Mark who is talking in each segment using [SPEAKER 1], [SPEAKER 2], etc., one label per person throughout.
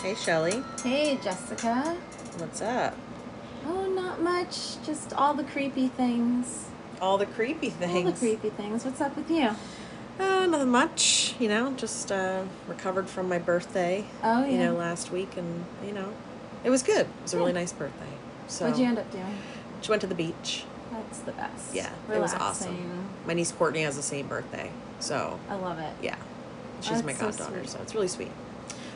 [SPEAKER 1] Hey, Shelly.
[SPEAKER 2] Hey, Jessica.
[SPEAKER 1] What's up?
[SPEAKER 2] Oh, not much. Just all the creepy things.
[SPEAKER 1] All the creepy things.
[SPEAKER 2] All the creepy things. What's up with you?
[SPEAKER 1] Uh, nothing much. You know, just uh, recovered from my birthday.
[SPEAKER 2] Oh,
[SPEAKER 1] You
[SPEAKER 2] yeah.
[SPEAKER 1] know, last week, and you know, it was good. It was a really
[SPEAKER 2] Yeah.
[SPEAKER 1] nice birthday. So
[SPEAKER 2] What'd you end up doing?
[SPEAKER 1] she went to the beach.
[SPEAKER 2] That's the best.
[SPEAKER 1] Yeah,
[SPEAKER 2] Relaxing.
[SPEAKER 1] it was awesome. My niece Courtney has the same birthday, so
[SPEAKER 2] I love it.
[SPEAKER 1] yeah, she's my
[SPEAKER 2] That's so
[SPEAKER 1] goddaughter,
[SPEAKER 2] sweet.
[SPEAKER 1] so it's really sweet.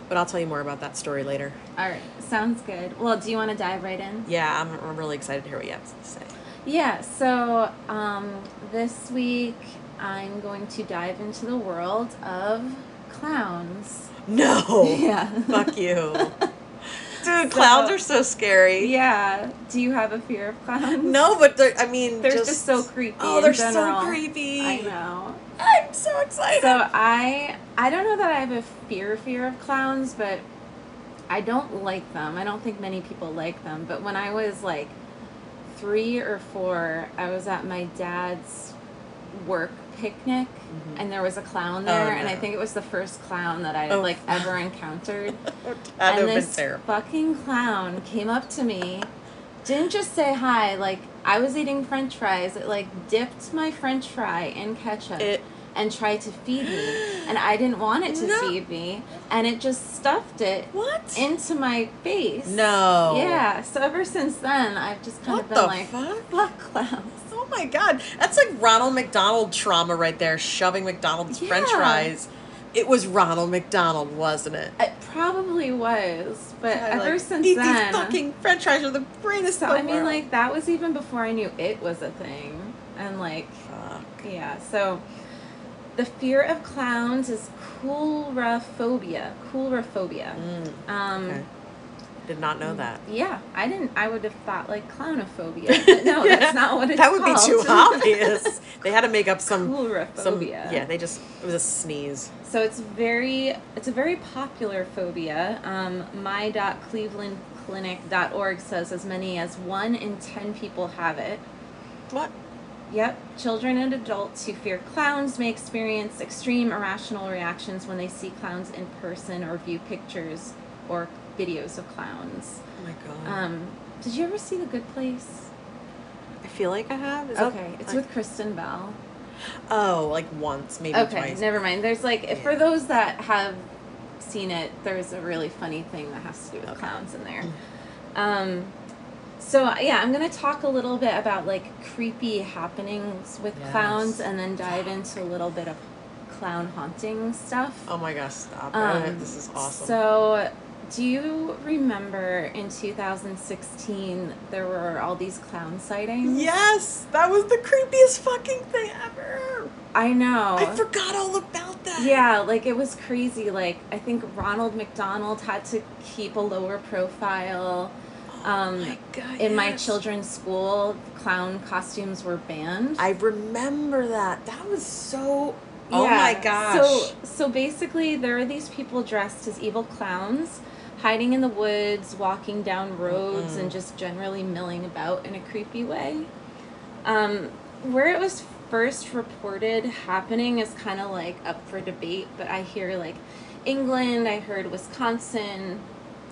[SPEAKER 1] But I'll tell you more about that story later.
[SPEAKER 2] All right, sounds good. Well, do you want to dive right in?
[SPEAKER 1] Yeah, I'm, I'm really excited to hear what you have to say.
[SPEAKER 2] Yeah, so um, this week I'm going to dive into the world of clowns.
[SPEAKER 1] No.
[SPEAKER 2] Yeah.
[SPEAKER 1] Fuck you. Dude, clowns
[SPEAKER 2] So-
[SPEAKER 1] are so scary.
[SPEAKER 2] Yeah. Do you have a fear of clowns?
[SPEAKER 1] No, but they're, I mean,
[SPEAKER 2] They're just so creepy
[SPEAKER 1] Oh,
[SPEAKER 2] in
[SPEAKER 1] they're
[SPEAKER 2] general.
[SPEAKER 1] so creepy.
[SPEAKER 2] I know.
[SPEAKER 1] I'm so excited.
[SPEAKER 2] So I I don't know that I have a fear fear of clowns, but I don't like them. I don't think many people like them. But when I was like three or four, I was at my dad's work picnic and there was a clown there
[SPEAKER 1] Mm-hmm.
[SPEAKER 2] and I
[SPEAKER 1] Oh, no.
[SPEAKER 2] think it was the first clown that I had
[SPEAKER 1] Oh.
[SPEAKER 2] like ever encountered.
[SPEAKER 1] that
[SPEAKER 2] and
[SPEAKER 1] would have
[SPEAKER 2] this
[SPEAKER 1] been terrible.
[SPEAKER 2] fucking clown came up to me, didn't just say hi. Like I was eating French fries, it like dipped my French fry in ketchup
[SPEAKER 1] It-
[SPEAKER 2] and tried to feed me, and I didn't want it to
[SPEAKER 1] No.
[SPEAKER 2] feed me, and it just stuffed it
[SPEAKER 1] What?
[SPEAKER 2] into my face.
[SPEAKER 1] no.
[SPEAKER 2] Yeah. So ever since then, I've just kind
[SPEAKER 1] What
[SPEAKER 2] of been
[SPEAKER 1] the
[SPEAKER 2] like,
[SPEAKER 1] fuck?
[SPEAKER 2] fuck clowns.
[SPEAKER 1] Oh my god, that's like Ronald McDonald trauma right there. Shoving McDonald's French
[SPEAKER 2] Yeah.
[SPEAKER 1] fries. It was Ronald McDonald, wasn't it?
[SPEAKER 2] It probably was, but
[SPEAKER 1] I,
[SPEAKER 2] ever
[SPEAKER 1] like,
[SPEAKER 2] since
[SPEAKER 1] eat
[SPEAKER 2] then,
[SPEAKER 1] these fucking French fries are the greatest.
[SPEAKER 2] so
[SPEAKER 1] in the
[SPEAKER 2] I mean,
[SPEAKER 1] world.
[SPEAKER 2] like that was even before I knew it was a thing, and like.
[SPEAKER 1] Fuck.
[SPEAKER 2] Yeah, so the fear of clowns is coulrophobia. Coulrophobia.
[SPEAKER 1] Mm,
[SPEAKER 2] Um,
[SPEAKER 1] okay. Did not
[SPEAKER 2] Mm.
[SPEAKER 1] know that.
[SPEAKER 2] Yeah, I didn't. I would have thought like clownophobia. But no, that's not what it's
[SPEAKER 1] That would
[SPEAKER 2] called.
[SPEAKER 1] be too obvious. they had to make up some some
[SPEAKER 2] Coulrophobia.
[SPEAKER 1] yeah. They just it was a sneeze.
[SPEAKER 2] So it's very it's a very popular phobia. Um, my.clevelandclinic.org says as many as one in ten people have it.
[SPEAKER 1] What?
[SPEAKER 2] Yep, children and adults who fear clowns may experience extreme irrational reactions when they see clowns in person or view pictures or videos of clowns.
[SPEAKER 1] Oh my god.
[SPEAKER 2] Um, did you ever see The Good Place?
[SPEAKER 1] Um, I feel like I have. Is that-
[SPEAKER 2] Okay, it's
[SPEAKER 1] like-
[SPEAKER 2] with Kristen Bell.
[SPEAKER 1] Oh, like once, maybe
[SPEAKER 2] Okay,
[SPEAKER 1] twice.
[SPEAKER 2] never mind. There's like for
[SPEAKER 1] Yeah.
[SPEAKER 2] those that have seen it, there's a really funny thing that has to do with
[SPEAKER 1] Okay.
[SPEAKER 2] clowns in there. Um, so yeah, I'm gonna talk a little bit about like creepy happenings with clowns,
[SPEAKER 1] Yes.
[SPEAKER 2] and then dive into a little bit of clown haunting stuff.
[SPEAKER 1] Oh my gosh, stop it.
[SPEAKER 2] Um,
[SPEAKER 1] This is awesome.
[SPEAKER 2] So, do you remember in 2016 there were all these clown sightings?
[SPEAKER 1] yes, that was the creepiest fucking thing ever.
[SPEAKER 2] I know.
[SPEAKER 1] I forgot all about that.
[SPEAKER 2] Yeah, like it was crazy. Like I think Ronald McDonald had to keep a lower profile. Um,
[SPEAKER 1] Oh my god.
[SPEAKER 2] in my
[SPEAKER 1] yes.
[SPEAKER 2] children's school, clown costumes were banned.
[SPEAKER 1] I remember that. That was so. Oh
[SPEAKER 2] Yeah,
[SPEAKER 1] my gosh.
[SPEAKER 2] So so basically, there are these people dressed as evil clowns. Hiding in the woods, walking down roads,
[SPEAKER 1] Mm-hmm.
[SPEAKER 2] and just generally milling about in a creepy way. Um, where it was first reported happening is kind of like up for debate, but I hear like England, I heard Wisconsin,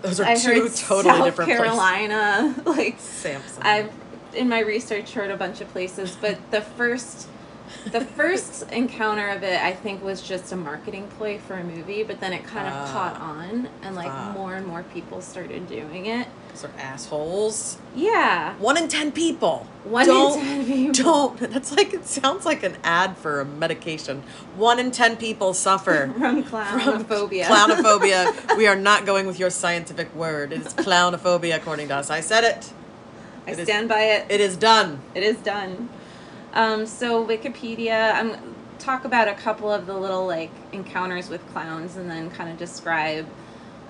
[SPEAKER 1] Those are
[SPEAKER 2] I
[SPEAKER 1] two
[SPEAKER 2] heard
[SPEAKER 1] totally
[SPEAKER 2] South
[SPEAKER 1] different
[SPEAKER 2] Carolina. Like
[SPEAKER 1] places. Samson.
[SPEAKER 2] I've in my research heard a bunch of places, but the first the first encounter of it I think was just a marketing ploy for a movie, but then it kind of
[SPEAKER 1] Ah.
[SPEAKER 2] caught on and like
[SPEAKER 1] Ah.
[SPEAKER 2] more and more people started doing it.
[SPEAKER 1] Those are assholes.
[SPEAKER 2] Yeah.
[SPEAKER 1] One in ten people.
[SPEAKER 2] One in
[SPEAKER 1] Don't-
[SPEAKER 2] 10 people.
[SPEAKER 1] Don't. That's like it sounds like an ad for a medication. One in ten people suffer
[SPEAKER 2] From clownophobia.
[SPEAKER 1] Clownophobia. we are not going with your scientific word. It is clownophobia, according to us. I said it.
[SPEAKER 2] I
[SPEAKER 1] It is-
[SPEAKER 2] stand by it.
[SPEAKER 1] It is done.
[SPEAKER 2] It is done. Um, so Wikipedia, I'm talk about a couple of the little like encounters with clowns, and then kind of describe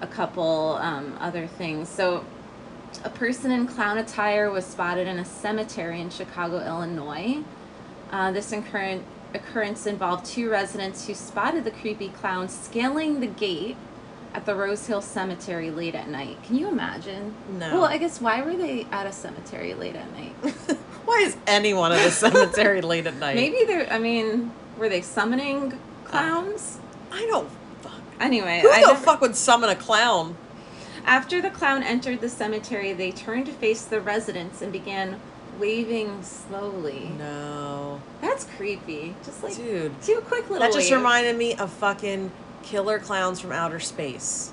[SPEAKER 2] a couple um, other things. So, a person in clown attire was spotted in a cemetery in Chicago, Illinois. Uh, this occurrence occurrence involved two residents who spotted the creepy clown scaling the gate at the Rose Hill Cemetery late at night. Can you imagine?
[SPEAKER 1] No.
[SPEAKER 2] Well, I guess why were they at a cemetery late at night?
[SPEAKER 1] Why is anyone at a cemetery late at night?
[SPEAKER 2] Maybe they're. I mean, were they summoning clowns?
[SPEAKER 1] I don't. Fuck.
[SPEAKER 2] Anyway,
[SPEAKER 1] Who
[SPEAKER 2] I
[SPEAKER 1] the
[SPEAKER 2] never-
[SPEAKER 1] fuck would summon a clown?
[SPEAKER 2] After the clown entered the cemetery, they turned to face the residents and began waving slowly.
[SPEAKER 1] No.
[SPEAKER 2] That's creepy. Just like
[SPEAKER 1] Dude.
[SPEAKER 2] two quick little.
[SPEAKER 1] That just
[SPEAKER 2] waves.
[SPEAKER 1] reminded me of fucking Killer Clowns from Outer Space.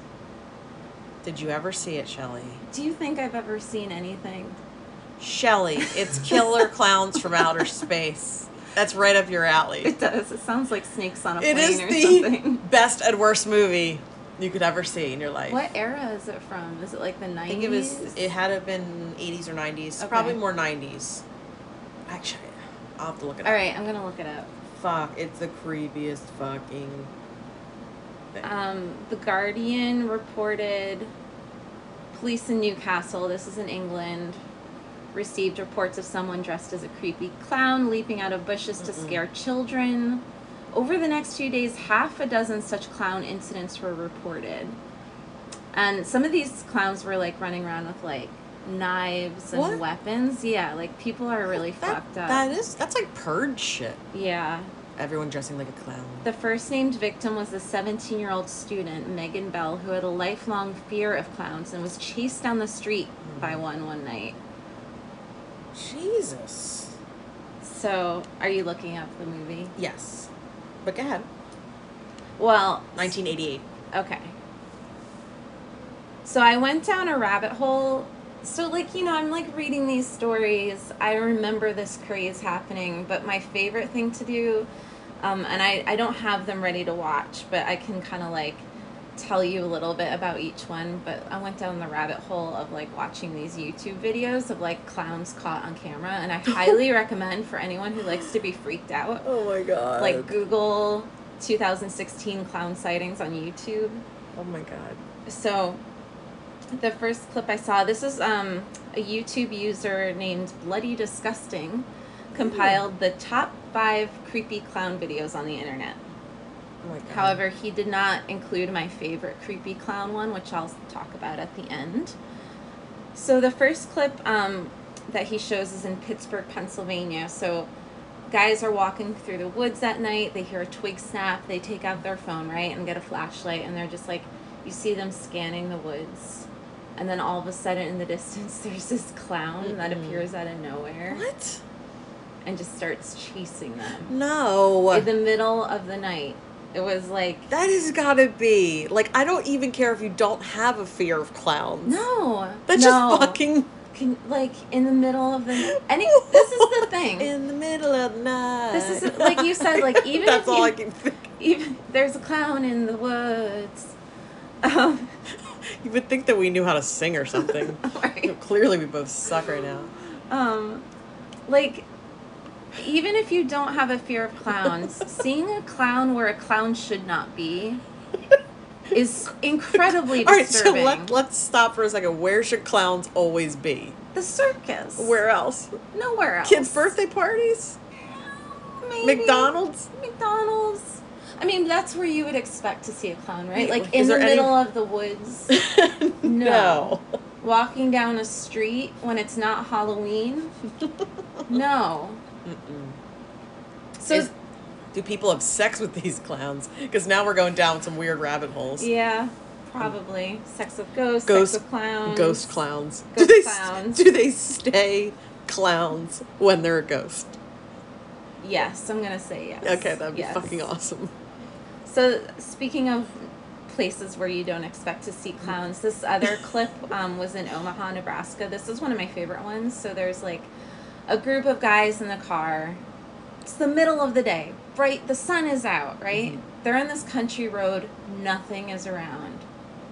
[SPEAKER 1] Did you ever see it, Shelley?
[SPEAKER 2] Do you think I've ever seen anything?
[SPEAKER 1] Shelley, it's Killer Clowns from Outer Space. That's right up your alley.
[SPEAKER 2] It does. It sounds like snakes on a
[SPEAKER 1] It
[SPEAKER 2] plane
[SPEAKER 1] is
[SPEAKER 2] or
[SPEAKER 1] the
[SPEAKER 2] something.
[SPEAKER 1] best and worst movie you could ever see in your life.
[SPEAKER 2] What era is it from? Is it like the
[SPEAKER 1] I
[SPEAKER 2] nineties?
[SPEAKER 1] think it was. It had to have been 80s or 90s.
[SPEAKER 2] Okay.
[SPEAKER 1] Probably more 90s. Actually, I'll have to look it up.
[SPEAKER 2] All right, I'm gonna look it up.
[SPEAKER 1] Fuck, it's the creepiest fucking thing.
[SPEAKER 2] Um, the Guardian reported police in Newcastle, this is in England, received reports of someone dressed as a creepy clown leaping out of bushes to
[SPEAKER 1] Mm-mm.
[SPEAKER 2] scare children. Over the next few days, half a dozen such clown incidents were reported. And some of these clowns were like running around with like knives and
[SPEAKER 1] What?
[SPEAKER 2] weapons. Yeah, like people are really
[SPEAKER 1] That-
[SPEAKER 2] fucked up.
[SPEAKER 1] That is that's like purge shit.
[SPEAKER 2] yeah.
[SPEAKER 1] Everyone dressing like a clown.
[SPEAKER 2] The first named victim was the 17 year old student, Megan Bell, who had a lifelong fear of clowns and was chased down the street by one one night.
[SPEAKER 1] Jesus.
[SPEAKER 2] So, are you looking up the movie?
[SPEAKER 1] Yes. But go ahead.
[SPEAKER 2] Well,
[SPEAKER 1] 1988.
[SPEAKER 2] okay. So, I went down a rabbit hole. So, like, you know, I'm like reading these stories. I remember this craze happening, but my favorite thing to do, um, and I, I don't have them ready to watch, but I can kind of like tell you a little bit about each one, but I went down the rabbit hole of like watching these YouTube videos of like clowns caught on camera, and I highly recommend for anyone who likes to be freaked out,
[SPEAKER 1] Oh my god.
[SPEAKER 2] like Google 2016 clown sightings on YouTube.
[SPEAKER 1] oh my god.
[SPEAKER 2] So, the first clip I saw, this is um, a YouTube user named Bloody Disgusting compiled the top five creepy clown videos on the internet.
[SPEAKER 1] Oh my god.
[SPEAKER 2] However, he did not include my favorite creepy clown one, which I'll talk about at the end. So the first clip um, that he shows is in Pittsburgh, Pennsylvania. So guys are walking through the woods at night. They hear a twig snap. They take out their phone, right, and get a flashlight, and they're just like, you see them scanning the woods. And then all of a sudden, in the distance, there's this clown that
[SPEAKER 1] Mm-mm.
[SPEAKER 2] appears out of nowhere
[SPEAKER 1] What?
[SPEAKER 2] and just starts chasing them
[SPEAKER 1] No.
[SPEAKER 2] in the middle of the night. It was like
[SPEAKER 1] that has gotta be. Like, I don't even care if you don't have a fear of clowns.
[SPEAKER 2] No.
[SPEAKER 1] That's
[SPEAKER 2] no.
[SPEAKER 1] just fucking.
[SPEAKER 2] Can, like in the middle of the. And it, this is the thing.
[SPEAKER 1] In the middle of the night.
[SPEAKER 2] This is- like you said, like, even
[SPEAKER 1] That's
[SPEAKER 2] if
[SPEAKER 1] all
[SPEAKER 2] you-
[SPEAKER 1] I can think.
[SPEAKER 2] Even there's a clown in the woods. Um,
[SPEAKER 1] You would think that we knew how to sing or something.
[SPEAKER 2] right.
[SPEAKER 1] Clearly, we both suck right now.
[SPEAKER 2] um, like even if you don't have a fear of clowns, seeing a clown where a clown should not be is incredibly
[SPEAKER 1] All right, so
[SPEAKER 2] disturbing.
[SPEAKER 1] let, let's stop for a second. Where should clowns always be?
[SPEAKER 2] the circus.
[SPEAKER 1] Where else?
[SPEAKER 2] Nowhere else.
[SPEAKER 1] Kids' birthday parties?
[SPEAKER 2] Maybe.
[SPEAKER 1] McDonald's?
[SPEAKER 2] McDonald's. I mean, that's where you would expect to see a clown, right?
[SPEAKER 1] Yeah,
[SPEAKER 2] Like
[SPEAKER 1] is
[SPEAKER 2] in the
[SPEAKER 1] there any-
[SPEAKER 2] middle of the woods,
[SPEAKER 1] no.
[SPEAKER 2] walking down a street when it's not Halloween. No.
[SPEAKER 1] Mm-mm.
[SPEAKER 2] So
[SPEAKER 1] Is- Do people have sex with these clowns? Because now we're going down some weird rabbit holes.
[SPEAKER 2] yeah, probably sex with ghosts,
[SPEAKER 1] Ghost-
[SPEAKER 2] sex with clowns,
[SPEAKER 1] Ghost clowns.
[SPEAKER 2] Ghost
[SPEAKER 1] do they s-
[SPEAKER 2] clowns.
[SPEAKER 1] do they stay clowns when they're a ghost?
[SPEAKER 2] Yes, I'm gonna say yes.
[SPEAKER 1] Okay, that'd be
[SPEAKER 2] Yes.
[SPEAKER 1] fucking awesome.
[SPEAKER 2] So speaking of places where you don't expect to see clowns, this other clip um, was in Omaha, Nebraska. This is one of my favorite ones. So there's like a group of guys in the car. It's the middle of the day, bright. The sun is out, right? They're on this country road. Nothing is around.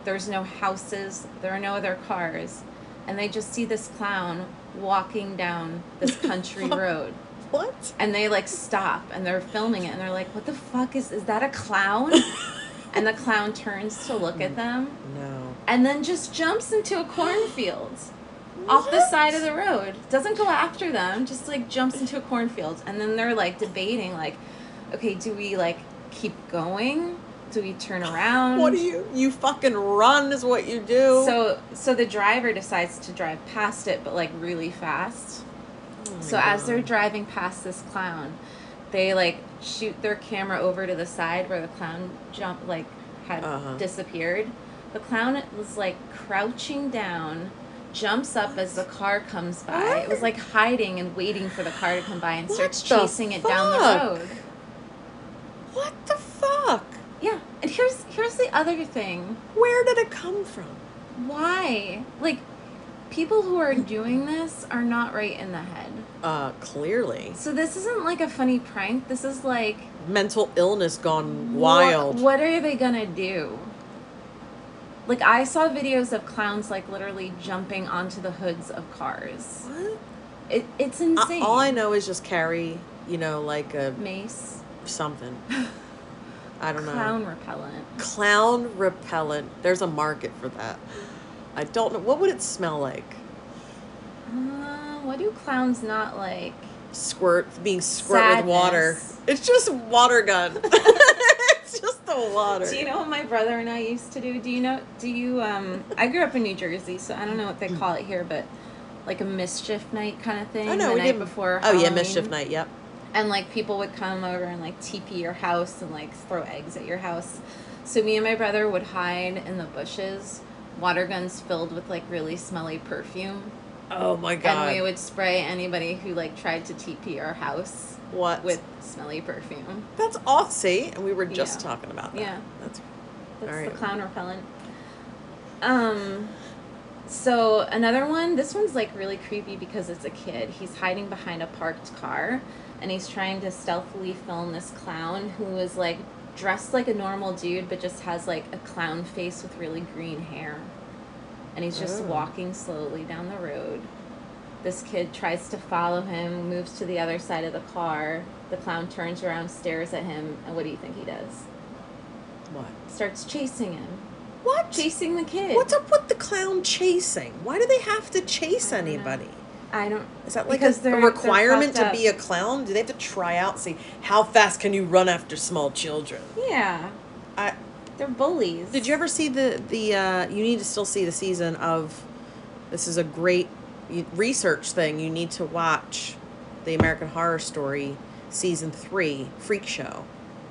[SPEAKER 2] There's no houses. There are no other cars, and they just see this clown walking down this country road
[SPEAKER 1] What?
[SPEAKER 2] and they like stop and they're filming it and they're like what the fuck is is that a clown and the clown turns to look at them
[SPEAKER 1] No.
[SPEAKER 2] and then just jumps into a cornfield off the
[SPEAKER 1] What?
[SPEAKER 2] side of the road doesn't go after them just like jumps into a cornfield and then they're like debating like okay do we like keep going do we turn around
[SPEAKER 1] What do you? You fucking run is what you do.
[SPEAKER 2] so so the driver decides to drive past it but like really fast
[SPEAKER 1] Oh my
[SPEAKER 2] So as they're
[SPEAKER 1] God.
[SPEAKER 2] driving past this clown, they like shoot their camera over to the side where the clown jump like had
[SPEAKER 1] Uh-huh.
[SPEAKER 2] disappeared, The clown was like crouching down, jumps up as the car comes by. It was like hiding and waiting for the car to come by and
[SPEAKER 1] What
[SPEAKER 2] starts
[SPEAKER 1] the
[SPEAKER 2] chasing it down
[SPEAKER 1] fuck?
[SPEAKER 2] the road.
[SPEAKER 1] What the fuck?
[SPEAKER 2] Yeah. And here's here's the other thing.
[SPEAKER 1] Where did it come from?
[SPEAKER 2] Why? Like people who are doing this are not right in the head.
[SPEAKER 1] Uh, clearly.
[SPEAKER 2] So this isn't like a funny prank. This is like
[SPEAKER 1] Mental illness gone
[SPEAKER 2] wha-
[SPEAKER 1] wild.
[SPEAKER 2] What, are they gonna do? Like I saw videos of clowns like literally jumping onto the hoods of cars.
[SPEAKER 1] What?
[SPEAKER 2] It, it's
[SPEAKER 1] Uh,
[SPEAKER 2] insane.
[SPEAKER 1] all I know is just carry, you know, like a
[SPEAKER 2] Mace.
[SPEAKER 1] something. I don't
[SPEAKER 2] Clown
[SPEAKER 1] know.
[SPEAKER 2] repellent.
[SPEAKER 1] Clown repellent. There's a market for that. I don't know. What would it smell like?
[SPEAKER 2] Uh, what do clowns not like?
[SPEAKER 1] Squirt, being squirt with water.
[SPEAKER 2] Sadness.
[SPEAKER 1] It's just water gun. it's just the water.
[SPEAKER 2] Do you know what my brother and I used to do? Do you know? Do you? Um, I grew up in New Jersey, so I don't know what they call it here, but like a mischief night kind of thing.
[SPEAKER 1] oh no,
[SPEAKER 2] the
[SPEAKER 1] we
[SPEAKER 2] night
[SPEAKER 1] did
[SPEAKER 2] before.
[SPEAKER 1] Oh yeah,
[SPEAKER 2] Halloween.
[SPEAKER 1] mischief night. Yep.
[SPEAKER 2] And like people would come over and like teepee your house and like throw eggs at your house. So me and my brother would hide in the bushes, water guns filled with like really smelly perfume,
[SPEAKER 1] Oh my
[SPEAKER 2] and we
[SPEAKER 1] god.
[SPEAKER 2] would spray anybody who like tried to teepee our house
[SPEAKER 1] What?
[SPEAKER 2] with smelly perfume.
[SPEAKER 1] That's all. See, and we were just
[SPEAKER 2] Yeah.
[SPEAKER 1] talking about that.
[SPEAKER 2] Yeah.
[SPEAKER 1] That's
[SPEAKER 2] That's
[SPEAKER 1] All right.
[SPEAKER 2] the clown repellent. Um, so another one. This one's like really creepy because it's a kid. He's hiding behind a parked car, and he's trying to stealthily film this clown who is like dressed like a normal dude, but just has like a clown face with really green hair, and he's just
[SPEAKER 1] Oh.
[SPEAKER 2] walking slowly down the road. This kid tries to follow him, moves to the other side of the car. The clown turns around, stares at him, and what do you think he does?
[SPEAKER 1] what.
[SPEAKER 2] Starts chasing him
[SPEAKER 1] What?
[SPEAKER 2] chasing the kid.
[SPEAKER 1] What's up with the clown chasing? Why do they have to chase
[SPEAKER 2] I don't know.
[SPEAKER 1] anybody?
[SPEAKER 2] I don't.
[SPEAKER 1] Is that like
[SPEAKER 2] Because
[SPEAKER 1] a,
[SPEAKER 2] they're-
[SPEAKER 1] a
[SPEAKER 2] they're
[SPEAKER 1] requirement
[SPEAKER 2] fucked
[SPEAKER 1] to be a clown? Do they have to try out, see how fast can you run after small children?
[SPEAKER 2] Yeah,
[SPEAKER 1] I,
[SPEAKER 2] they're bullies.
[SPEAKER 1] did you ever see the the? Uh, you need to still see the season of. This is a great y- research thing. You need to watch the American Horror Story season three freak show.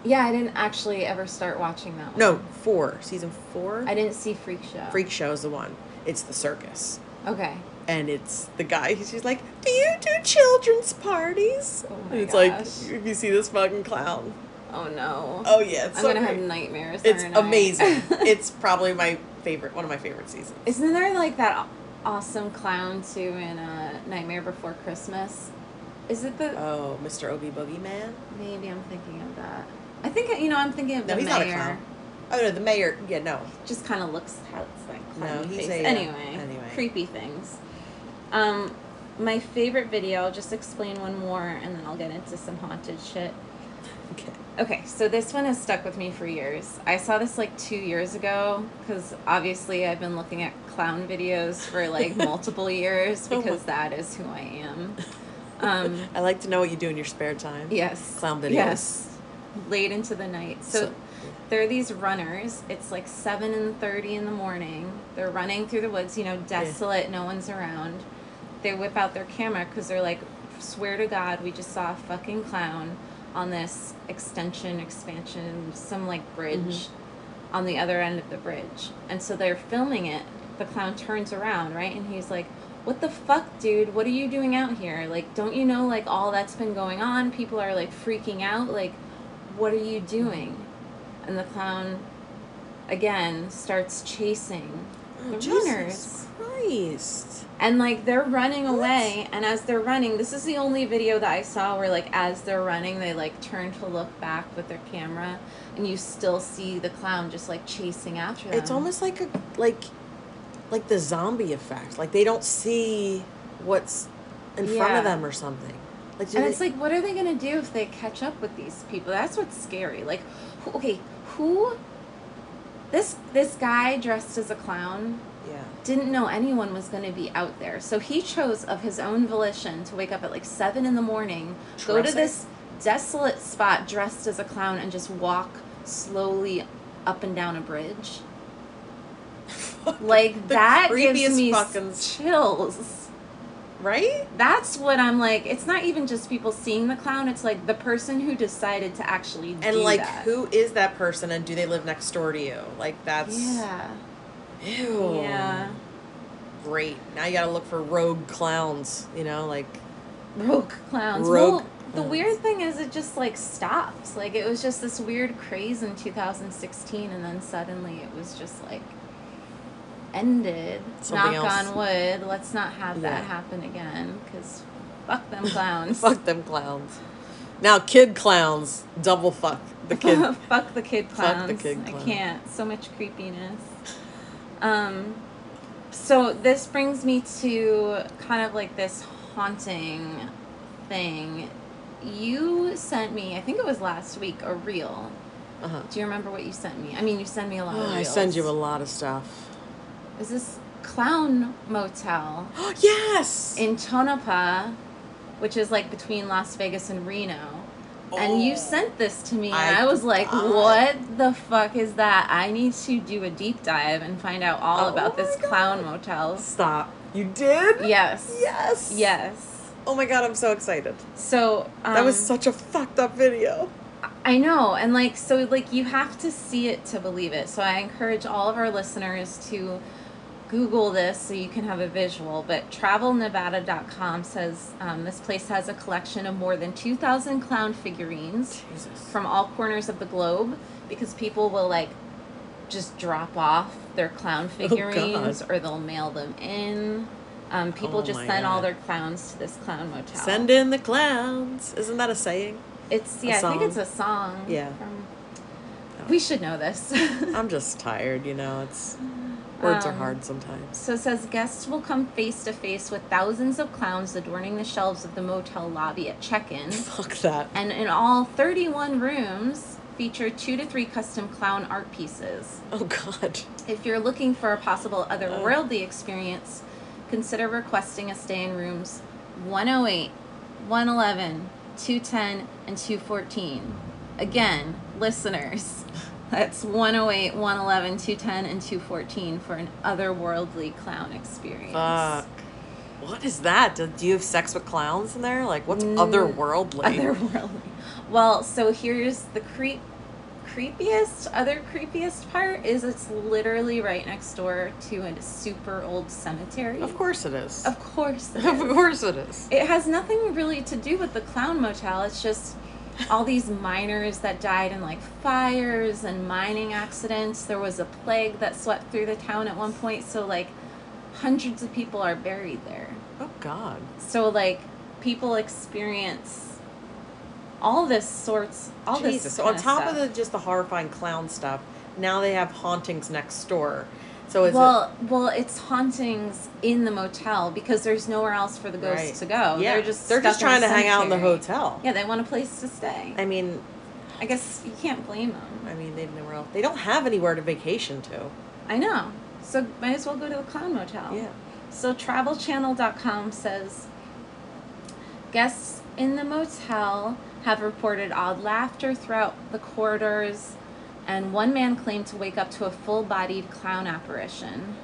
[SPEAKER 2] Yeah, I didn't actually ever start watching that one.
[SPEAKER 1] No, four season four.
[SPEAKER 2] I didn't see Freak Show.
[SPEAKER 1] freak show is the one. It's the circus.
[SPEAKER 2] Okay.
[SPEAKER 1] and it's the guy who's just like, "Do you do children's parties?"
[SPEAKER 2] Oh my
[SPEAKER 1] and it's
[SPEAKER 2] gosh.
[SPEAKER 1] like, if you see this fucking clown,
[SPEAKER 2] Oh no.
[SPEAKER 1] oh yeah, it's
[SPEAKER 2] I'm
[SPEAKER 1] so
[SPEAKER 2] gonna have
[SPEAKER 1] great.
[SPEAKER 2] nightmares.
[SPEAKER 1] It's
[SPEAKER 2] aren't I?
[SPEAKER 1] amazing. it's probably my favorite, one of my favorite seasons.
[SPEAKER 2] Isn't there like that aw- awesome clown too in uh, Nightmare Before Christmas? Is it the?
[SPEAKER 1] Oh, Mr. Obi Boogie Man.
[SPEAKER 2] Maybe I'm thinking of that. I think you know. I'm thinking of
[SPEAKER 1] No,
[SPEAKER 2] the
[SPEAKER 1] he's
[SPEAKER 2] mayor.
[SPEAKER 1] not a clown. Oh no, the mayor. Yeah, no.
[SPEAKER 2] just kind of looks how it's like clown
[SPEAKER 1] No, he's
[SPEAKER 2] face.
[SPEAKER 1] a, uh,
[SPEAKER 2] anyway,
[SPEAKER 1] anyway.
[SPEAKER 2] creepy things. Um, my favorite video. I'll just explain one more, and then I'll get into some haunted shit.
[SPEAKER 1] Okay.
[SPEAKER 2] Okay, so this one has stuck with me for years. I saw this like two years ago because obviously I've been looking at clown videos for like multiple years
[SPEAKER 1] Oh my-
[SPEAKER 2] because that is who I am. Um,
[SPEAKER 1] I like to know what you do in your spare time.
[SPEAKER 2] yes,
[SPEAKER 1] Clown videos.
[SPEAKER 2] Yes, late into the night. so
[SPEAKER 1] So-
[SPEAKER 2] there are these runners. It's like seven and thirty in the morning. They're running through the woods, you know, desolate. No one's around. They whip out their camera because they're like, "Swear to God, we just saw a fucking clown on this extension, expansion, some like bridge, on the other end of the bridge." And so they're filming it. The clown turns around, right, and he's like. What the fuck, dude? What are you doing out here? Like, don't you know, like, all that's been going on? People are, like, freaking out. Like, what are you doing? And the clown again starts chasing
[SPEAKER 1] Oh,
[SPEAKER 2] the runners.
[SPEAKER 1] Jesus Christ.
[SPEAKER 2] And like they're running
[SPEAKER 1] What?
[SPEAKER 2] away and as they're running, this is the only video that I saw where like as they're running they like turn to look back with their camera and you still see the clown just like chasing after them.
[SPEAKER 1] It's almost like a like, like the zombie effect. Like they don't see what's in front
[SPEAKER 2] Yeah.
[SPEAKER 1] of them or something. Like do
[SPEAKER 2] And
[SPEAKER 1] they-
[SPEAKER 2] it's like what are they going to do if they catch up with these people? That's what's scary. Like who, okay, who this this guy dressed as a clown
[SPEAKER 1] yeah.
[SPEAKER 2] didn't know anyone was going to be out there. So he chose of his own volition to wake up at like 7 in the morning, go to
[SPEAKER 1] Dressing?
[SPEAKER 2] this desolate spot dressed as a clown and just walk slowly up and down a bridge. Like
[SPEAKER 1] The
[SPEAKER 2] that
[SPEAKER 1] creepiest
[SPEAKER 2] gives me
[SPEAKER 1] fucking-
[SPEAKER 2] chills.
[SPEAKER 1] right?
[SPEAKER 2] That's what I'm like. It's not even just people seeing the clown, it's like the person who decided to actually
[SPEAKER 1] And
[SPEAKER 2] do
[SPEAKER 1] like,
[SPEAKER 2] that.
[SPEAKER 1] who is that person, and do they live next door to you? Like, that's
[SPEAKER 2] Yeah.
[SPEAKER 1] Ew.
[SPEAKER 2] Yeah.
[SPEAKER 1] Great. Now you gotta look for rogue clowns. You know, like
[SPEAKER 2] Rogue clowns.
[SPEAKER 1] Rogue
[SPEAKER 2] well, the
[SPEAKER 1] clowns.
[SPEAKER 2] weird thing is, it just like stops. Like it was just this weird craze in 2016, and then suddenly it was just like ended.
[SPEAKER 1] Something
[SPEAKER 2] Knock
[SPEAKER 1] else.
[SPEAKER 2] on wood. Let's not have that
[SPEAKER 1] Yeah.
[SPEAKER 2] happen again, because fuck them clowns.
[SPEAKER 1] fuck them clowns. Now kid clowns. Double fuck the kid. Uh-huh.
[SPEAKER 2] Fuck the kid clowns.
[SPEAKER 1] Fuck the kid
[SPEAKER 2] I
[SPEAKER 1] clowns.
[SPEAKER 2] can't. So much creepiness. Um, so this brings me to kind of like this haunting thing. You sent me, I think it was last week, a reel.
[SPEAKER 1] Uh huh.
[SPEAKER 2] Do you remember what you sent me? I mean, you send me a lot of
[SPEAKER 1] Oh,
[SPEAKER 2] reels.
[SPEAKER 1] I send you a lot of stuff.
[SPEAKER 2] Is this clown motel
[SPEAKER 1] Oh yes.
[SPEAKER 2] in Tonopah, which is like between Las Vegas and Reno? And you
[SPEAKER 1] Oh.
[SPEAKER 2] sent this to me, and
[SPEAKER 1] I
[SPEAKER 2] I, was like,
[SPEAKER 1] forgot.
[SPEAKER 2] "What the fuck is that? I need to do a deep dive and find out all
[SPEAKER 1] Oh
[SPEAKER 2] about
[SPEAKER 1] my
[SPEAKER 2] this
[SPEAKER 1] God.
[SPEAKER 2] clown motel."
[SPEAKER 1] Stop. You did.
[SPEAKER 2] Yes.
[SPEAKER 1] Yes.
[SPEAKER 2] Yes.
[SPEAKER 1] Oh my god, I'm so excited.
[SPEAKER 2] So um,
[SPEAKER 1] that was such a fucked up video.
[SPEAKER 2] I know, and like so, like you have to see it to believe it. So I encourage all of our listeners to Google this so you can have a visual. But TravelNevada.com says um, this place has a collection of more than two thousand clown figurines.
[SPEAKER 1] Jesus.
[SPEAKER 2] from all corners of the globe because people will like just drop off their clown
[SPEAKER 1] Oh,
[SPEAKER 2] figurines or they'll mail them in. Um, people
[SPEAKER 1] Oh
[SPEAKER 2] just
[SPEAKER 1] my
[SPEAKER 2] send all
[SPEAKER 1] God.
[SPEAKER 2] their clowns to this clown motel.
[SPEAKER 1] Send in the clowns. Isn't that a saying?
[SPEAKER 2] It's
[SPEAKER 1] a
[SPEAKER 2] yeah, I think
[SPEAKER 1] song.
[SPEAKER 2] it's a song.
[SPEAKER 1] Yeah. Oh.
[SPEAKER 2] from- we should know this.
[SPEAKER 1] I'm just tired, you know. It's words are
[SPEAKER 2] Um,
[SPEAKER 1] hard sometimes.
[SPEAKER 2] So it says guests will come face to face with thousands of clowns adorning the shelves of the motel lobby at check-in.
[SPEAKER 1] Fuck that.
[SPEAKER 2] and in all 31 rooms feature two to three custom clown art pieces.
[SPEAKER 1] Oh god.
[SPEAKER 2] If you're looking for a possible
[SPEAKER 1] Uh.
[SPEAKER 2] otherworldly experience, consider requesting a stay in rooms 108, 111, 210, and 214. Again, listeners, that's 108, 111, 210, and 214 for an otherworldly clown experience.
[SPEAKER 1] Fuck. What is that? Do, do you have sex with clowns in there? Like what's
[SPEAKER 2] Mm,
[SPEAKER 1] otherworldly?
[SPEAKER 2] Otherworldly. Well, so here's the creep creepiest other creepiest part is it's literally right next door to a super old cemetery.
[SPEAKER 1] Of course it is.
[SPEAKER 2] Of course. It,
[SPEAKER 1] Of
[SPEAKER 2] is.
[SPEAKER 1] course it is.
[SPEAKER 2] It has nothing really to do with the clown motel. It's just all these miners that died in like fires and mining accidents. There was a plague that swept through the town at one point, so like hundreds of people are buried there.
[SPEAKER 1] Oh god.
[SPEAKER 2] So like people experience all this sorts all
[SPEAKER 1] Jesus.
[SPEAKER 2] this
[SPEAKER 1] So on
[SPEAKER 2] kinda
[SPEAKER 1] top of the
[SPEAKER 2] stuff.
[SPEAKER 1] just the horrifying clown stuff, now they have hauntings next door. So is it
[SPEAKER 2] well, well, it's hauntings in the motel because there's nowhere else for the ghosts
[SPEAKER 1] Right.
[SPEAKER 2] to go.
[SPEAKER 1] yeah.
[SPEAKER 2] They're just
[SPEAKER 1] they're just
[SPEAKER 2] stuck
[SPEAKER 1] trying
[SPEAKER 2] in
[SPEAKER 1] to
[SPEAKER 2] a
[SPEAKER 1] hang out in the
[SPEAKER 2] cemetery.
[SPEAKER 1] hotel.
[SPEAKER 2] Yeah, they want a place to stay.
[SPEAKER 1] I mean,
[SPEAKER 2] I guess you can't blame them.
[SPEAKER 1] I mean, they've nowhere else. They don't have anywhere to vacation to.
[SPEAKER 2] I know. So might as well go to the clown motel.
[SPEAKER 1] Yeah.
[SPEAKER 2] So travelchannel.com says guests in the motel have reported odd laughter throughout the corridors and one man claimed to wake up to a full-bodied clown apparition.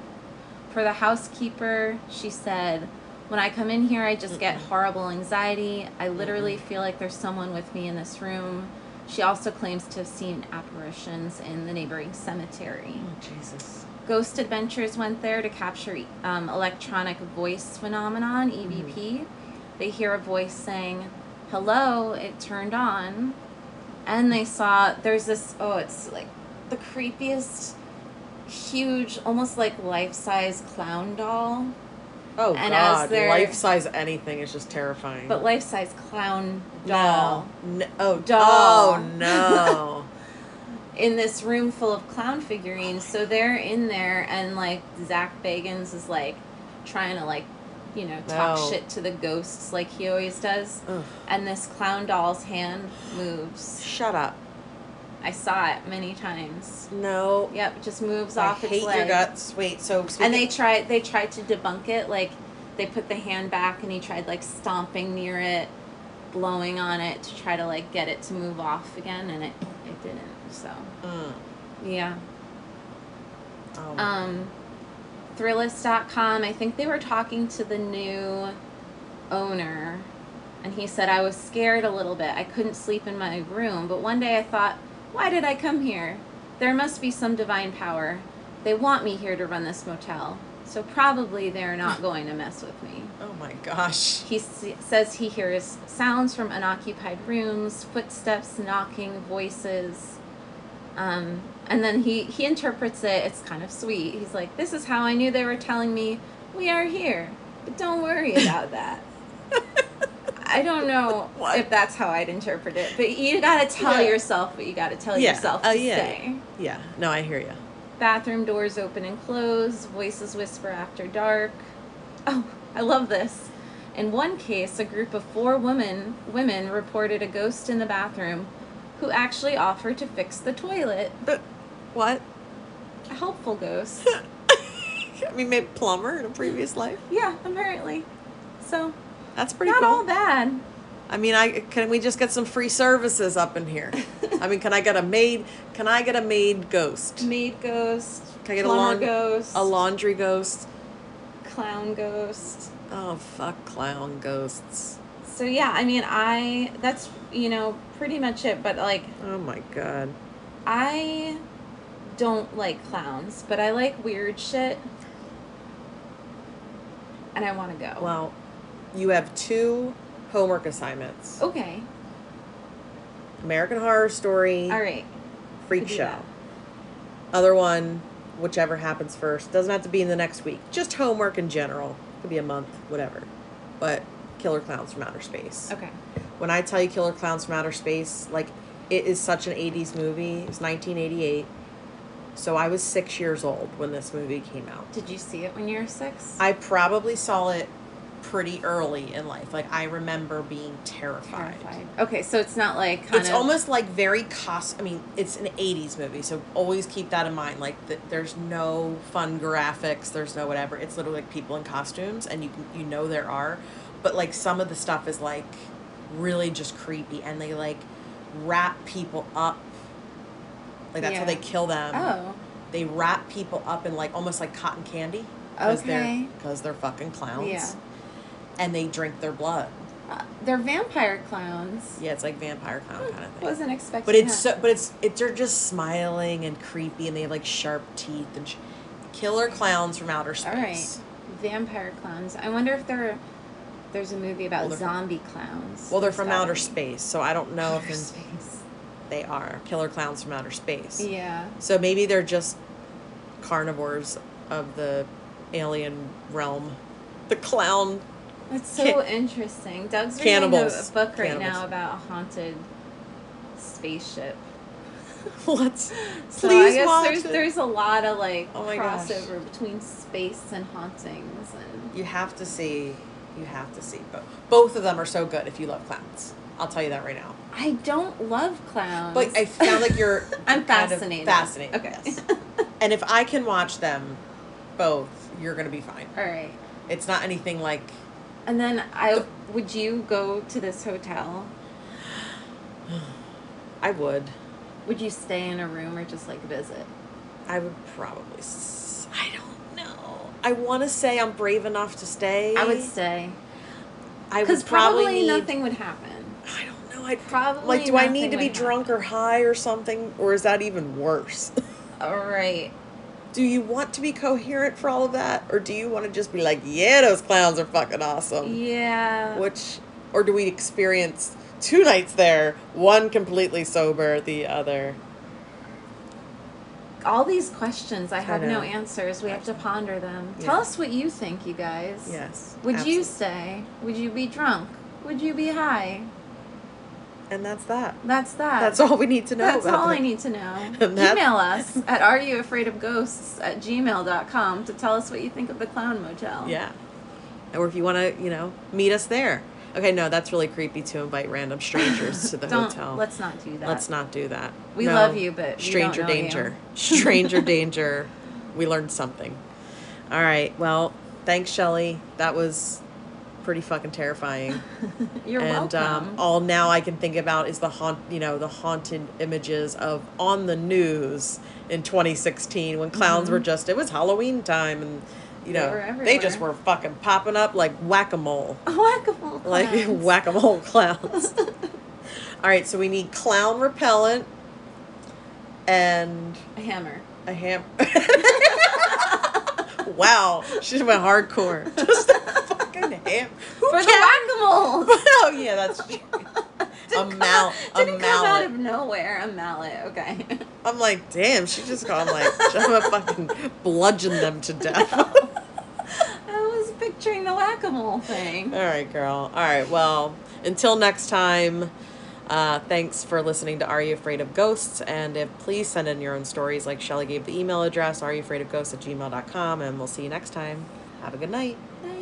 [SPEAKER 2] For the housekeeper, she said, "When I come in here, I just get horrible anxiety. I literally feel like there's someone with me in this room." She also claims to have seen apparitions in the neighboring cemetery.
[SPEAKER 1] Oh Jesus.
[SPEAKER 2] Ghost Adventures went there to capture um, electronic voice phenomenon (EVP). They hear a voice saying, "Hello," it turned on, and they saw there's this. Oh, it's like the creepiest, huge, almost like life-size clown doll,
[SPEAKER 1] Oh
[SPEAKER 2] And as
[SPEAKER 1] god.
[SPEAKER 2] they're-
[SPEAKER 1] Life size anything is just terrifying.
[SPEAKER 2] but life-size clown doll.
[SPEAKER 1] no. N- oh
[SPEAKER 2] Doll.
[SPEAKER 1] Oh no.
[SPEAKER 2] in this room full of clown figurines. So they're in there, and like Zach Bagans is like trying to like, you know, talk
[SPEAKER 1] No.
[SPEAKER 2] shit to the ghosts like he always does.
[SPEAKER 1] Ugh.
[SPEAKER 2] And this clown doll's hand moves.
[SPEAKER 1] Shut up.
[SPEAKER 2] I saw it many times.
[SPEAKER 1] No.
[SPEAKER 2] Yep, it just moves
[SPEAKER 1] I
[SPEAKER 2] off
[SPEAKER 1] hate
[SPEAKER 2] its leg.
[SPEAKER 1] your guts. Wait. So speaking,
[SPEAKER 2] And they tried they tried to debunk it, like they put the hand back and he tried like stomping near it, blowing on it to try to like get it to move off again and it, it didn't. So
[SPEAKER 1] Mm.
[SPEAKER 2] yeah.
[SPEAKER 1] Oh.
[SPEAKER 2] um, Thrillist.com, I think they were talking to the new owner, and he said, I was scared a little bit. I couldn't sleep in my room, but one day I thought, why did I come here? There must be some divine power. they want me here to run this motel, so probably they're not going to mess with me.
[SPEAKER 1] Oh my gosh.
[SPEAKER 2] He s- says he hears sounds from unoccupied rooms, footsteps, knocking, voices. Um, and then he, he interprets it. It's kind of sweet. He's like, This is how I knew they were telling me we are here, but don't worry about that. I don't know
[SPEAKER 1] What?
[SPEAKER 2] if that's how I'd interpret it, but you gotta tell
[SPEAKER 1] Yeah.
[SPEAKER 2] yourself what you gotta tell
[SPEAKER 1] Yeah.
[SPEAKER 2] yourself to
[SPEAKER 1] Oh, yeah.
[SPEAKER 2] say.
[SPEAKER 1] Yeah. No, I hear you.
[SPEAKER 2] Bathroom doors open and close, voices whisper after dark. Oh, I love this. In one case, a group of four women women reported a ghost in the bathroom who actually offered to fix the toilet.
[SPEAKER 1] What?
[SPEAKER 2] A helpful ghost.
[SPEAKER 1] I mean, maybe plumber in a previous life.
[SPEAKER 2] yeah, apparently. So
[SPEAKER 1] That's pretty
[SPEAKER 2] not
[SPEAKER 1] cool.
[SPEAKER 2] all bad.
[SPEAKER 1] I mean, I can we just get some free services up in here? I mean, can I get a maid? Can I get a maid ghost?
[SPEAKER 2] Maid ghost,
[SPEAKER 1] Can I get a
[SPEAKER 2] plumber
[SPEAKER 1] lawn-
[SPEAKER 2] ghost,
[SPEAKER 1] A laundry ghost?
[SPEAKER 2] clown ghost.
[SPEAKER 1] Oh fuck, clown ghosts.
[SPEAKER 2] So yeah, I mean I that's you know, pretty much it, but like
[SPEAKER 1] Oh my god.
[SPEAKER 2] I don't like clowns, but I like weird shit. And I want to go.
[SPEAKER 1] Well, you have two homework assignments:
[SPEAKER 2] Okay.
[SPEAKER 1] American Horror Story,
[SPEAKER 2] All right.
[SPEAKER 1] Freak
[SPEAKER 2] could do
[SPEAKER 1] Show.
[SPEAKER 2] that.
[SPEAKER 1] Other one, whichever happens first. Doesn't have to be in the next week. Just homework in general. Could be a month, whatever. But Killer Clowns from Outer Space.
[SPEAKER 2] Okay.
[SPEAKER 1] When I tell you Killer Clowns from Outer Space, like it is such an 80s movie. It's 1988. So I was 6 years old when this movie came out.
[SPEAKER 2] Did you see it when you were six?
[SPEAKER 1] I probably saw it pretty early in life. Like I remember being terrified.
[SPEAKER 2] Terrified. Okay, so it's not like kind
[SPEAKER 1] It's
[SPEAKER 2] of.
[SPEAKER 1] almost like very cost. I mean, it's an '80s movie, so always keep that in mind. Like, th there's no fun graphics, there's no whatever. It's literally like people in costumes, and you can- you know there are, but like some of the stuff is like really just creepy, and they like wrap people up. Like that's how
[SPEAKER 2] Yeah.
[SPEAKER 1] they kill them.
[SPEAKER 2] Oh.
[SPEAKER 1] They wrap people up in like almost like cotton candy. Cause
[SPEAKER 2] Okay.
[SPEAKER 1] They're, because they're fucking clowns.
[SPEAKER 2] Yeah.
[SPEAKER 1] And they drink their blood.
[SPEAKER 2] Uh, they're vampire clowns.
[SPEAKER 1] Yeah, it's like vampire clown kind of thing.
[SPEAKER 2] Wasn't expecting
[SPEAKER 1] But it's
[SPEAKER 2] that.
[SPEAKER 1] so, but it's it, they're just smiling and creepy, and they have like sharp teeth and sh- killer clowns from outer
[SPEAKER 2] All right.
[SPEAKER 1] space.
[SPEAKER 2] Vampire clowns. I wonder if there, there's a movie about
[SPEAKER 1] Well, they're-
[SPEAKER 2] zombie clowns.
[SPEAKER 1] Well, they're
[SPEAKER 2] There's
[SPEAKER 1] from
[SPEAKER 2] gotta
[SPEAKER 1] outer
[SPEAKER 2] be.
[SPEAKER 1] space, so I don't know
[SPEAKER 2] Outer
[SPEAKER 1] if
[SPEAKER 2] space.
[SPEAKER 1] they are killer clowns from outer space.
[SPEAKER 2] Yeah.
[SPEAKER 1] So maybe they're just carnivores of the alien realm, the clown.
[SPEAKER 2] That's so
[SPEAKER 1] Ca-
[SPEAKER 2] interesting. Doug's
[SPEAKER 1] Cannibals.
[SPEAKER 2] reading a, a book right now
[SPEAKER 1] Cannibals.
[SPEAKER 2] about a haunted spaceship.
[SPEAKER 1] Let's
[SPEAKER 2] So I
[SPEAKER 1] please
[SPEAKER 2] guess
[SPEAKER 1] watch
[SPEAKER 2] there's
[SPEAKER 1] it.
[SPEAKER 2] there's a lot of like
[SPEAKER 1] Oh my gosh.
[SPEAKER 2] crossover between space and hauntings and
[SPEAKER 1] You have to see. You have to see. But both of them are so good if you love clowns. I'll tell you that right now.
[SPEAKER 2] I don't love clowns.
[SPEAKER 1] But I sound like you're
[SPEAKER 2] I'm
[SPEAKER 1] kind of
[SPEAKER 2] fascinated.
[SPEAKER 1] fascinated,
[SPEAKER 2] Okay.
[SPEAKER 1] yes. And if I can watch them both, you're going to be fine.
[SPEAKER 2] All right.
[SPEAKER 1] It's not anything like
[SPEAKER 2] And then I would you go to this hotel?
[SPEAKER 1] I would.
[SPEAKER 2] Would you stay in a room or just like visit?
[SPEAKER 1] I would probably. s- I don't know. I want to say I'm brave enough to stay.
[SPEAKER 2] I would stay
[SPEAKER 1] I
[SPEAKER 2] because
[SPEAKER 1] would probably,
[SPEAKER 2] probably,
[SPEAKER 1] need,
[SPEAKER 2] nothing would happen.
[SPEAKER 1] I don't know. I'd
[SPEAKER 2] Probably
[SPEAKER 1] like. Do I
[SPEAKER 2] nothing
[SPEAKER 1] need to be
[SPEAKER 2] would
[SPEAKER 1] drunk or
[SPEAKER 2] happen.
[SPEAKER 1] high or something, or is that even worse?
[SPEAKER 2] All right.
[SPEAKER 1] do you want to be coherent for all of that, or do you want to just be like, yeah, those clowns are fucking awesome?
[SPEAKER 2] Yeah.
[SPEAKER 1] Which, or do we experience two nights there, one completely sober, the other?
[SPEAKER 2] all these questions i have no
[SPEAKER 1] know.
[SPEAKER 2] answers we have to ponder them
[SPEAKER 1] Yeah.
[SPEAKER 2] tell us what you think you guys
[SPEAKER 1] Yes.
[SPEAKER 2] would you
[SPEAKER 1] absolutely.
[SPEAKER 2] say would you be drunk would you be high
[SPEAKER 1] And that's that.
[SPEAKER 2] that's that
[SPEAKER 1] That's all we need to know.
[SPEAKER 2] That's
[SPEAKER 1] about
[SPEAKER 2] all
[SPEAKER 1] that.
[SPEAKER 2] i need to know
[SPEAKER 1] And that-
[SPEAKER 2] email us at are you afraid of ghosts at gmail.com to tell us what you think of the clown motel
[SPEAKER 1] Yeah. Or if you want to, you know, meet us there. Okay, no, that's really creepy to invite random strangers to the
[SPEAKER 2] don't
[SPEAKER 1] hotel.
[SPEAKER 2] let's not do that
[SPEAKER 1] Let's not do that.
[SPEAKER 2] We
[SPEAKER 1] No.
[SPEAKER 2] love you, but we don't
[SPEAKER 1] stranger
[SPEAKER 2] know you.
[SPEAKER 1] danger. Stranger danger. We learned something. All right. Well, thanks, Shelly. That was pretty fucking terrifying.
[SPEAKER 2] you're
[SPEAKER 1] and
[SPEAKER 2] welcome
[SPEAKER 1] um, all now I can think about is the haunt, you know, the haunted images of on the news in 2016 when clowns were just it was Halloween time and you
[SPEAKER 2] Mm-hmm. They
[SPEAKER 1] know
[SPEAKER 2] were
[SPEAKER 1] they just
[SPEAKER 2] everywhere.
[SPEAKER 1] were fucking popping up like whack a mole,
[SPEAKER 2] whack-a-mole
[SPEAKER 1] like
[SPEAKER 2] clowns.
[SPEAKER 1] whack a mole clowns. all right, so we need clown repellent and
[SPEAKER 2] a hammer
[SPEAKER 1] a ham. wow, she went hardcore. Just a fucking ham. Who
[SPEAKER 2] for the
[SPEAKER 1] cares?
[SPEAKER 2] whack-a-moles.
[SPEAKER 1] oh yeah, that's true.
[SPEAKER 2] Didn't
[SPEAKER 1] A
[SPEAKER 2] come
[SPEAKER 1] mal-
[SPEAKER 2] out-
[SPEAKER 1] a
[SPEAKER 2] Didn't come out
[SPEAKER 1] mallet.
[SPEAKER 2] of nowhere. A mallet. Okay.
[SPEAKER 1] I'm like, damn, she just got I'm like, I'm gonna fucking bludgeon them to death.
[SPEAKER 2] I was picturing the whack-a-mole thing.
[SPEAKER 1] All right, girl. All right, well, until next time. Uh, thanks for listening to Are You Afraid of Ghosts? And if please send in your own stories, like Shelly gave the email address, areyoufraidofghosts at gmail.com, and we'll see you next time. Have a good night.
[SPEAKER 2] Bye.